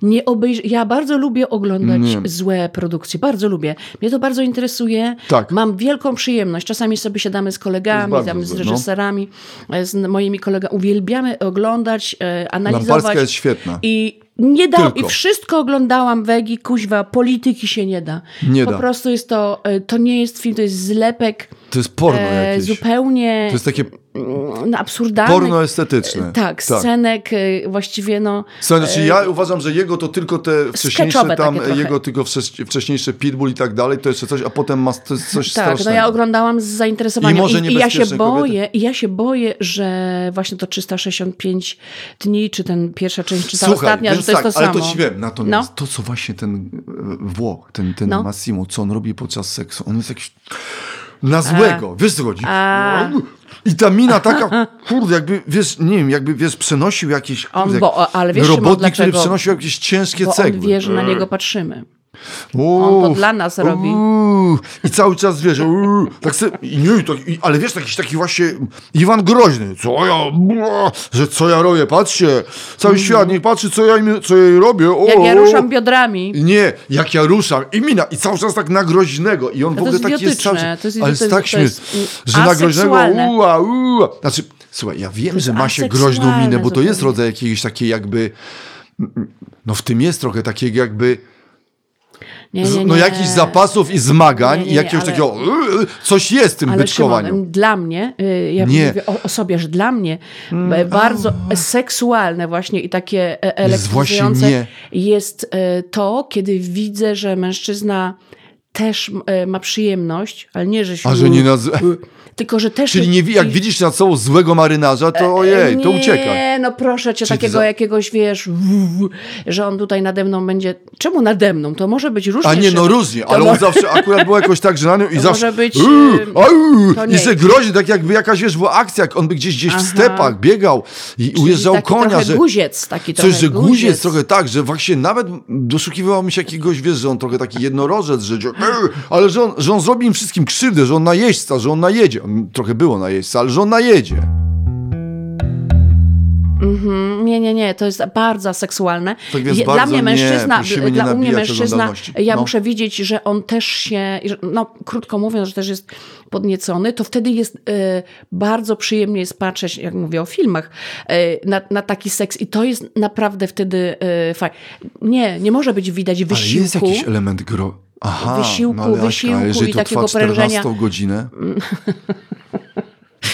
Speaker 1: Nie obejrz... Ja bardzo lubię oglądać
Speaker 2: Nie.
Speaker 1: złe produkcje, bardzo lubię. Mnie to bardzo interesuje.
Speaker 2: Tak.
Speaker 1: Mam wielką przyjemność. Czasami sobie siadamy z kolegami,
Speaker 2: To jest bardzo
Speaker 1: tam z
Speaker 2: złe, no.
Speaker 1: reżyserami, e, z moimi kolegami. Uwielbiamy oglądać, e, analizować.
Speaker 2: Lamparska jest świetna.
Speaker 1: I nie da,
Speaker 2: Tylko.
Speaker 1: i wszystko oglądałam Wegi, kuźwa, polityki się nie da.
Speaker 2: Nie
Speaker 1: po
Speaker 2: da.
Speaker 1: prostu jest to, e, to nie jest film, to jest zlepek
Speaker 2: To jest porno
Speaker 1: e,
Speaker 2: jakieś.
Speaker 1: zupełnie
Speaker 2: To jest takie
Speaker 1: mm, absurdalny.
Speaker 2: porno estetyczne.
Speaker 1: Tak, scenek y, właściwie no...
Speaker 2: Słuchaj, Znaczy, ja uważam, że jego to tylko te wcześniejsze
Speaker 1: sketchowe
Speaker 2: tam,
Speaker 1: takie trochę.
Speaker 2: jego tylko wcześ- wcześniejsze Pitbull i tak dalej, to jeszcze coś, a potem ma to jest coś
Speaker 1: Tak,
Speaker 2: strasznego.
Speaker 1: no ja oglądałam z zainteresowaniem
Speaker 2: I może
Speaker 1: i, i ja się
Speaker 2: niebezpieczne kobiety.
Speaker 1: boję, i ja się boję, że właśnie to 365 dni, czy ten pierwsza część, czy ta
Speaker 2: Słuchaj,
Speaker 1: ostatnia,
Speaker 2: więc
Speaker 1: że to jest to
Speaker 2: tak,
Speaker 1: samo.
Speaker 2: ale to ci wiem. Natomiast to, co właśnie ten e, Włoch, ten, ten
Speaker 1: No.
Speaker 2: Massimo, co on robi podczas seksu, on jest jakiś na złego, wiesz co chodzi?
Speaker 1: A.
Speaker 2: no, I ta mina taka, kurde, jakby, wiesz, nie wiem, jakby, wiesz, przenosił jakieś,
Speaker 1: On,
Speaker 2: kurde,
Speaker 1: bo- ale wiesz, Szymon,
Speaker 2: robotnik, który
Speaker 1: dlaczego?
Speaker 2: przenosił jakieś ciężkie
Speaker 1: Bo on
Speaker 2: no, cegły.
Speaker 1: wie, że na niego patrzymy.
Speaker 2: Uuu,
Speaker 1: to dla nas robi.
Speaker 2: uuu, I cały czas wiesz, uuu, tak se, i nie, i tak, i, ale wiesz, jakiś taki właśnie Iwan Groźny, co ja, bła, że co ja robię, patrzcie, cały świat niech patrzy, co ja, im, co ja jej robię. O,
Speaker 1: Mm. Jak ja
Speaker 2: o.
Speaker 1: ruszam biodrami,
Speaker 2: Nie, jak ja ruszam i mina, i cały czas tak na groźnego. I on w
Speaker 1: No to
Speaker 2: ogóle
Speaker 1: jest
Speaker 2: taki jest cały
Speaker 1: idiotyczne,
Speaker 2: czas,
Speaker 1: to jest
Speaker 2: Ale jest
Speaker 1: idioty-
Speaker 2: tak
Speaker 1: to
Speaker 2: śmieszny,
Speaker 1: jest, mm,
Speaker 2: że na groźnego,
Speaker 1: aseksualne.
Speaker 2: uła, uła. Znaczy, słuchaj, ja wiem, że ma się groźną
Speaker 1: aseksualne
Speaker 2: minę, bo to jest
Speaker 1: zupełnie.
Speaker 2: rodzaj jakiejś takiej jakby, no w tym jest trochę takiego jakby...
Speaker 1: nie,
Speaker 2: Z-
Speaker 1: nie, nie.
Speaker 2: no jakichś zapasów i zmagań
Speaker 1: Nie, nie,
Speaker 2: i
Speaker 1: nie,
Speaker 2: jakiegoś
Speaker 1: ale-
Speaker 2: takiego yy, coś jest w tym
Speaker 1: Ale Szymon,
Speaker 2: byczkowaniu.
Speaker 1: dla mnie, y, ja
Speaker 2: Nie. Mm.
Speaker 1: mówię o, o sobie, że dla mnie b- bardzo seksualne właśnie i takie e,
Speaker 2: Jest właśnie nie.
Speaker 1: elektryzujące jest y, to, kiedy widzę, że mężczyzna też y, ma przyjemność, ale nie, że się...
Speaker 2: A że nie na... z-
Speaker 1: Tylko, że też...
Speaker 2: Czyli nie, wi- jak widzisz na sobą złego marynarza, to ojej, to uciekaj.
Speaker 1: E, Nie, no proszę cię,
Speaker 2: Czyli
Speaker 1: takiego
Speaker 2: za-
Speaker 1: jakiegoś, wiesz, w- w- że on tutaj nade mną będzie... Czemu nade mną? To może być różnie.
Speaker 2: A nie, no
Speaker 1: Szymon.
Speaker 2: różnie, ale on
Speaker 1: może-
Speaker 2: zawsze akurat był jakoś tak, że na nią i
Speaker 1: To
Speaker 2: zawsze
Speaker 1: może być,
Speaker 2: yy,
Speaker 1: ym,
Speaker 2: au,
Speaker 1: to
Speaker 2: i
Speaker 1: nie.
Speaker 2: se grozi, tak jakby jakaś, wiesz, była akcja, jak on by gdzieś, gdzieś w
Speaker 1: Aha.
Speaker 2: stepach biegał i
Speaker 1: Czyli
Speaker 2: ujeżdżał
Speaker 1: taki
Speaker 2: konia,
Speaker 1: trochę
Speaker 2: że...
Speaker 1: guziec, taki
Speaker 2: Coś,
Speaker 1: trochę
Speaker 2: że guziec trochę tak, że właśnie nawet doszukiwało mi się jakiegoś, wiesz, że on trochę taki jednorożec, że cio- ale że on, że on zrobi im wszystkim krzywdę, że on najeźdźca, że on najedzie. On trochę było najeźdźca, ale że on najedzie.
Speaker 1: Nie, nie, nie, to jest bardzo seksualne.
Speaker 2: Tak więc
Speaker 1: Je-
Speaker 2: bardzo
Speaker 1: dla mnie
Speaker 2: nie,
Speaker 1: mężczyzna,
Speaker 2: prosimy nie
Speaker 1: dla mnie
Speaker 2: nabijać
Speaker 1: mężczyzna,
Speaker 2: oglądalności.
Speaker 1: ja
Speaker 2: No.
Speaker 1: muszę widzieć, że on też się, i że- no krótko mówiąc, że też jest podniecony, to wtedy jest e, bardzo przyjemnie jest patrzeć, jak mówię o filmach, e, na, na taki seks i to jest naprawdę wtedy e, fajne. Nie, nie może być widać
Speaker 2: Ale
Speaker 1: wysiłku.
Speaker 2: jest jakiś element gro... Aha,
Speaker 1: Wysiłku,
Speaker 2: no ale Aśka,
Speaker 1: wysiłku
Speaker 2: jeżeli
Speaker 1: i
Speaker 2: to
Speaker 1: takiego
Speaker 2: trwa 14
Speaker 1: prężenia.
Speaker 2: godzinę...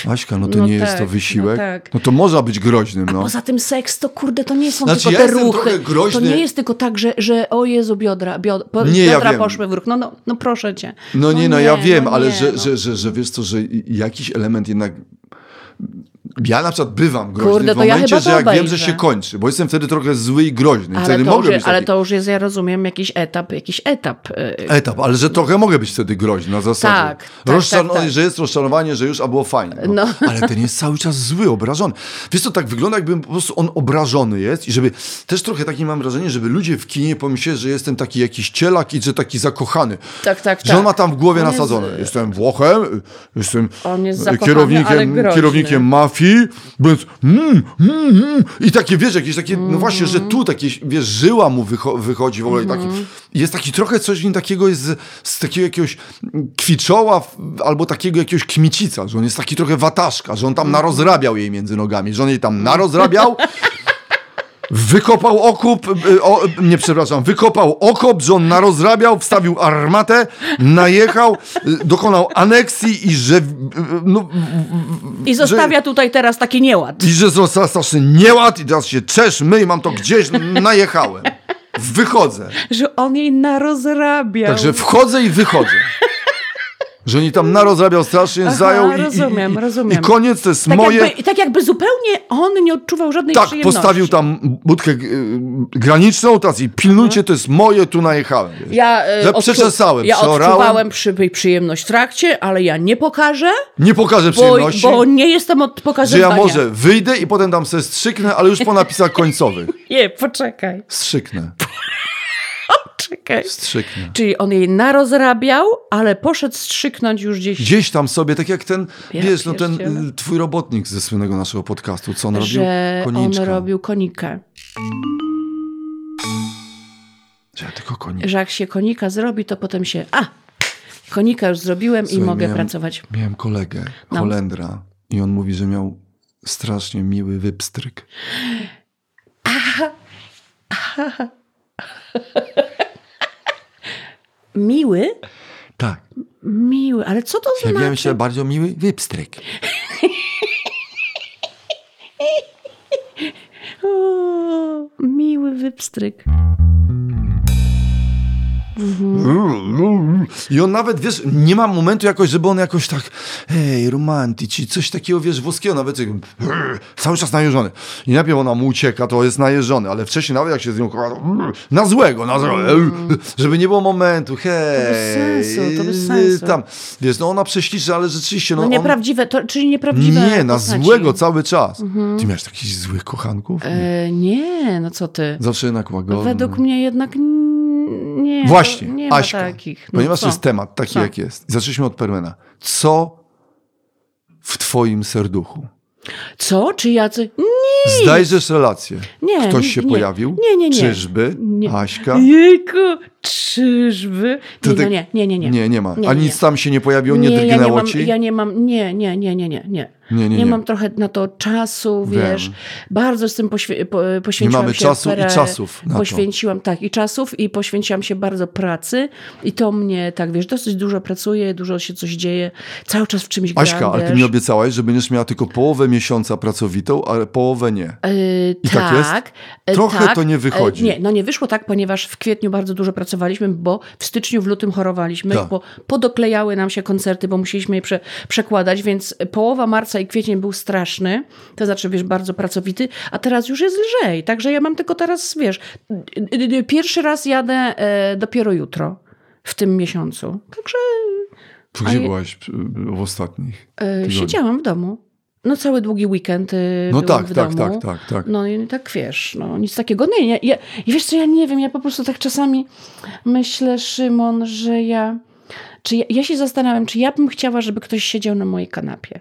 Speaker 2: Aśka, Mm. no to
Speaker 1: No
Speaker 2: nie jest
Speaker 1: tak,
Speaker 2: to
Speaker 1: no
Speaker 2: wysiłek. No,
Speaker 1: tak.
Speaker 2: to może być groźnym, no.
Speaker 1: Poza tym seks, to kurde, to nie są
Speaker 2: Znaczy,
Speaker 1: tylko
Speaker 2: ja
Speaker 1: te
Speaker 2: jestem
Speaker 1: ruchy.
Speaker 2: trochę groźny.
Speaker 1: To nie jest tylko tak, że, że o Jezu, biodra, biodra, po,
Speaker 2: Nie, ja
Speaker 1: biodra
Speaker 2: wiem.
Speaker 1: poszły w ruch. No, no, no proszę cię.
Speaker 2: No nie, no ja wiem,
Speaker 1: no
Speaker 2: ale
Speaker 1: nie,
Speaker 2: że,
Speaker 1: no.
Speaker 2: że, że, że wiesz co, że i- jakiś element jednak... Ja na przykład bywam groźny
Speaker 1: Kurde,
Speaker 2: w
Speaker 1: to ja
Speaker 2: momencie,
Speaker 1: chyba
Speaker 2: że
Speaker 1: to
Speaker 2: jak wiem, że
Speaker 1: obejrzę.
Speaker 2: się kończy, bo jestem wtedy trochę zły i groźny.
Speaker 1: Ale,
Speaker 2: wtedy
Speaker 1: to,
Speaker 2: mogę
Speaker 1: już,
Speaker 2: być
Speaker 1: ale
Speaker 2: taki.
Speaker 1: to już jest, ja rozumiem, jakiś etap, jakiś etap. y,
Speaker 2: etap, ale że trochę mogę być wtedy groźny na zasadzie.
Speaker 1: Tak, tak,
Speaker 2: Rozczar-
Speaker 1: tak, tak.
Speaker 2: Że jest rozczarowanie, że już, a było fajnie. No.
Speaker 1: No.
Speaker 2: Ale ten jest cały czas zły, obrażony. Wiesz co, tak wygląda jakby po prostu on obrażony jest i żeby, też trochę takie mam wrażenie, żeby ludzie w kinie pomyśleli, że jestem taki jakiś cielak i że taki zakochany.
Speaker 1: Tak, tak,
Speaker 2: Że on
Speaker 1: tak.
Speaker 2: ma tam w głowie
Speaker 1: On jest-
Speaker 2: nasadzone. Jestem Włochem, jestem
Speaker 1: On jest zakochany, ale
Speaker 2: E, kierownikiem,
Speaker 1: groźny.
Speaker 2: kierownikiem mafii, bułki, więc mm, mm, mm. i takie, wiesz, jakieś takie, no właśnie, że tu takie, wiesz, żyła mu wycho- wychodzi w ogóle i taki,
Speaker 1: Mhm.
Speaker 2: jest taki trochę coś w nim takiego jest z, z takiego jakiegoś kwiczoła w- albo takiego jakiegoś kmicica, że on jest taki trochę wataszka, że on tam narozrabiał jej między nogami, że on jej tam narozrabiał Wykopał okup, y, o, nie przepraszam, wykopał okop, że on narozrabiał, wstawił armatę, najechał, y, dokonał aneksji i że, y, no,
Speaker 1: I zostawia tutaj teraz taki nieład.
Speaker 2: i że został straszny nieład i teraz się czeszmy i mam to gdzieś, najechałem. Wychodzę.
Speaker 1: Że on jej narozrabiał. Tak
Speaker 2: Także wchodzę i wychodzę. Że oni tam narozrabiał strasznie,
Speaker 1: Aha,
Speaker 2: zajął i,
Speaker 1: rozumiem,
Speaker 2: i, i,
Speaker 1: rozumiem.
Speaker 2: i koniec, to jest
Speaker 1: tak,
Speaker 2: moje...
Speaker 1: jakby, tak jakby zupełnie on nie odczuwał żadnej
Speaker 2: Tak,
Speaker 1: przyjemności.
Speaker 2: postawił tam budkę y, graniczną, teraz i pilnujcie, to jest moje, tu najechałem. wiesz.
Speaker 1: Ja, e,
Speaker 2: że
Speaker 1: odczu-
Speaker 2: przeczesałem,
Speaker 1: ja
Speaker 2: przeorałem.
Speaker 1: odczuwałem przy, przyjemność w trakcie, ale ja nie pokażę,
Speaker 2: Nie pokażę
Speaker 1: bo,
Speaker 2: przyjemności,
Speaker 1: bo nie jestem od
Speaker 2: że
Speaker 1: pokazywania.
Speaker 2: ja może wyjdę i potem tam sobie strzyknę, ale już po napisach końcowych.
Speaker 1: Nie, poczekaj,
Speaker 2: Strzyknę,
Speaker 1: czekaj.
Speaker 2: strzyknę.
Speaker 1: Czyli on jej narozrabiał, ale poszedł strzyknąć już gdzieś.
Speaker 2: Gdzieś tam sobie, tak jak ten,
Speaker 1: Ja
Speaker 2: wiesz, no ten
Speaker 1: pierdzielę.
Speaker 2: y, twój robotnik ze słynnego naszego podcastu, co on robił?
Speaker 1: że
Speaker 2: Koniczka.
Speaker 1: on robił konikę.
Speaker 2: Że ja tylko konik.
Speaker 1: Że jak się konika zrobi, to potem się. A! Konika już zrobiłem i
Speaker 2: Słuchaj,
Speaker 1: mogę
Speaker 2: miałem-
Speaker 1: pracować.
Speaker 2: Miałem kolegę,
Speaker 1: No.
Speaker 2: Holendra, i on mówi, że miał strasznie miły wypstryk.
Speaker 1: Miły?
Speaker 2: Tak.
Speaker 1: Miły, ale co to
Speaker 2: Ja miałem
Speaker 1: znaczy?
Speaker 2: się bardzo miły wypstryk.
Speaker 1: O, miły wypstryk. No
Speaker 2: I on nawet, wiesz, nie ma momentu jakoś, żeby on jakoś tak, hej, romantici, coś takiego, wiesz, włoskiego, nawet jak- cały czas najeżony. I najpierw ona mu ucieka, to jest najeżony, ale wcześniej nawet jak się z nią kocha, to na złego, na złego, żeby nie było momentu, hej.
Speaker 1: sensu, to bez sensu.
Speaker 2: Tam, wiesz, no ona prześliczy, ale rzeczywiście, no,
Speaker 1: No
Speaker 2: on,
Speaker 1: nieprawdziwe, to, czyli nieprawdziwe.
Speaker 2: nie, na
Speaker 1: postaci. Mhm.
Speaker 2: złego cały czas. Ty miałeś takich złych kochanków? Nie.
Speaker 1: E, nie, no co ty?
Speaker 2: Zawsze jednak łagodny.
Speaker 1: Według mnie jednak n- nie. to
Speaker 2: Właśnie,
Speaker 1: nie ma
Speaker 2: Aśka,
Speaker 1: takich. No
Speaker 2: ponieważ
Speaker 1: co?
Speaker 2: jest temat taki,
Speaker 1: Co?
Speaker 2: jak jest. Zaczęliśmy od Permena. Co w twoim serduchu?
Speaker 1: Co? Czy jacy?
Speaker 2: Zdajesz relację.
Speaker 1: Nie,
Speaker 2: Ktoś
Speaker 1: nie,
Speaker 2: się
Speaker 1: nie.
Speaker 2: pojawił?
Speaker 1: Nie, nie, nie.
Speaker 2: Czyżby?
Speaker 1: Nie.
Speaker 2: Aśka?
Speaker 1: Jejku, czyżby?
Speaker 2: To
Speaker 1: Nie,
Speaker 2: tak-
Speaker 1: no nie, nie, nie, nie.
Speaker 2: Nie, nie ma.
Speaker 1: Nie,
Speaker 2: A
Speaker 1: nie,
Speaker 2: nic
Speaker 1: nie.
Speaker 2: tam się nie pojawiło, nie,
Speaker 1: ja nie
Speaker 2: drgnęło
Speaker 1: mam,
Speaker 2: ci?
Speaker 1: ja nie mam, nie, nie, nie, nie, nie, nie.
Speaker 2: Nie, nie, nie.
Speaker 1: mam trochę na to czasu,
Speaker 2: Wiem.
Speaker 1: wiesz. Bardzo z tym poświe- po, poświęciłam
Speaker 2: mamy
Speaker 1: się.
Speaker 2: czasu i
Speaker 1: pre-
Speaker 2: czasów na to.
Speaker 1: Poświęciłam, tak, i czasów, i poświęciłam się bardzo pracy. I to mnie, tak, wiesz, dosyć dużo pracuję, dużo się coś dzieje. Cały czas w czymś gram,
Speaker 2: Aśka, ale ty
Speaker 1: wiesz.
Speaker 2: mi obiecałaś, że będziesz miała tylko połowę miesiąca pracowitą, ale połowę nie.
Speaker 1: Yy,
Speaker 2: I tak jest?
Speaker 1: yy,
Speaker 2: Trochę
Speaker 1: tak.
Speaker 2: to nie wychodzi.
Speaker 1: Yy, Nie, no nie wyszło tak, ponieważ w kwietniu bardzo dużo pracowaliśmy, bo w styczniu, w lutym chorowaliśmy,
Speaker 2: Tak.
Speaker 1: bo podoklejały nam się koncerty, bo musieliśmy je prze, przekładać, więc połowa marca i kwiecień był straszny, to znaczy, wiesz, bardzo pracowity, a teraz już jest lżej, także ja mam tylko teraz, wiesz, yy, yy, pierwszy raz jadę e, dopiero jutro w tym miesiącu, także
Speaker 2: To gdzie
Speaker 1: a je-
Speaker 2: byłaś y, w ostatnich?
Speaker 1: e,
Speaker 2: tygodniach?
Speaker 1: siedziałam w domu. No cały długi weekend e,
Speaker 2: No
Speaker 1: byłam
Speaker 2: tak,
Speaker 1: w
Speaker 2: tak,
Speaker 1: domu.
Speaker 2: tak, tak, tak.
Speaker 1: No i tak wiesz, no nic takiego. Nie, nie, ja, i wiesz co, ja nie wiem, ja po prostu tak czasami myślę, Szymon, że ja, czy ja, ja się zastanawiam, czy ja bym chciała, żeby ktoś siedział na mojej kanapie.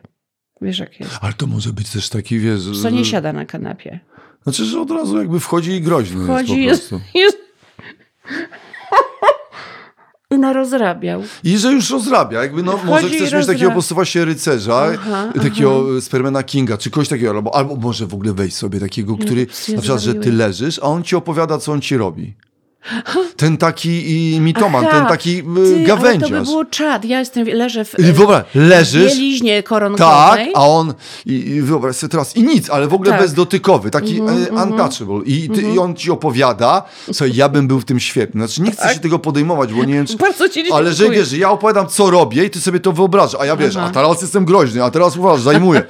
Speaker 1: Wiesz jak jest.
Speaker 2: Ale to może być też taki, wiesz...
Speaker 1: Co nie siada na kanapie.
Speaker 2: Znaczy, że od razu jakby wchodzi i groźny
Speaker 1: Chodzi
Speaker 2: jest
Speaker 1: jest...
Speaker 2: po prostu.
Speaker 1: jest... I no narozrabiał.
Speaker 2: I że już rozrabia, jakby no,
Speaker 1: Wchodzi
Speaker 2: może
Speaker 1: i
Speaker 2: chcesz mieć
Speaker 1: rozrabia.
Speaker 2: takiego po prostu właśnie rycerza,
Speaker 1: Aha,
Speaker 2: takiego aha. Spermana Kinga, czy kogoś takiego, albo, albo może w ogóle wejść sobie takiego, który
Speaker 1: psy
Speaker 2: na przykład, że ty
Speaker 1: zrobiły.
Speaker 2: leżysz, a on ci opowiada, co on ci robi. Ten taki i mitoman,
Speaker 1: Aha,
Speaker 2: ten taki
Speaker 1: Ty,
Speaker 2: y,
Speaker 1: ale to by
Speaker 2: gawędziarz.
Speaker 1: było czad. Ja jestem, leżę w
Speaker 2: I Wyobraź, leżysz,
Speaker 1: bieliźnie
Speaker 2: tak,
Speaker 1: koronkowej.
Speaker 2: a on, i, i wyobraź sobie teraz, i nic, ale w ogóle
Speaker 1: Tak. Mhm,
Speaker 2: bezdotykowy, taki e, untouchable. I, ty, I on ci opowiada, co ja bym był w tym świetny. Znaczy, nie chcę się tego podejmować, bo nie wiem, czy,
Speaker 1: Tak. Bardzo cię
Speaker 2: ale że
Speaker 1: dziękuję.
Speaker 2: wiesz, że ja opowiadam, co robię i ty sobie to wyobrażasz. A ja wiesz,
Speaker 1: Aha.
Speaker 2: a teraz jestem groźny, a teraz uważaj, zajmuję.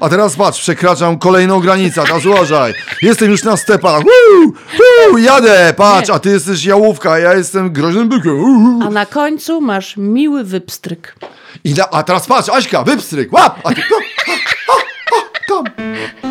Speaker 2: A teraz patrz, przekraczam kolejną granicę, a teraz uważaj. Jestem już na stepach, Wuu, wuu, jadę, patrz,
Speaker 1: Nie.
Speaker 2: a ty jesteś jałówka, a ja jestem groźnym bykiem. Uuu.
Speaker 1: A na końcu masz miły wypstryk.
Speaker 2: I na, a teraz patrz, Aśka, wypstryk, łap! A ty, no, a, a, a, tam.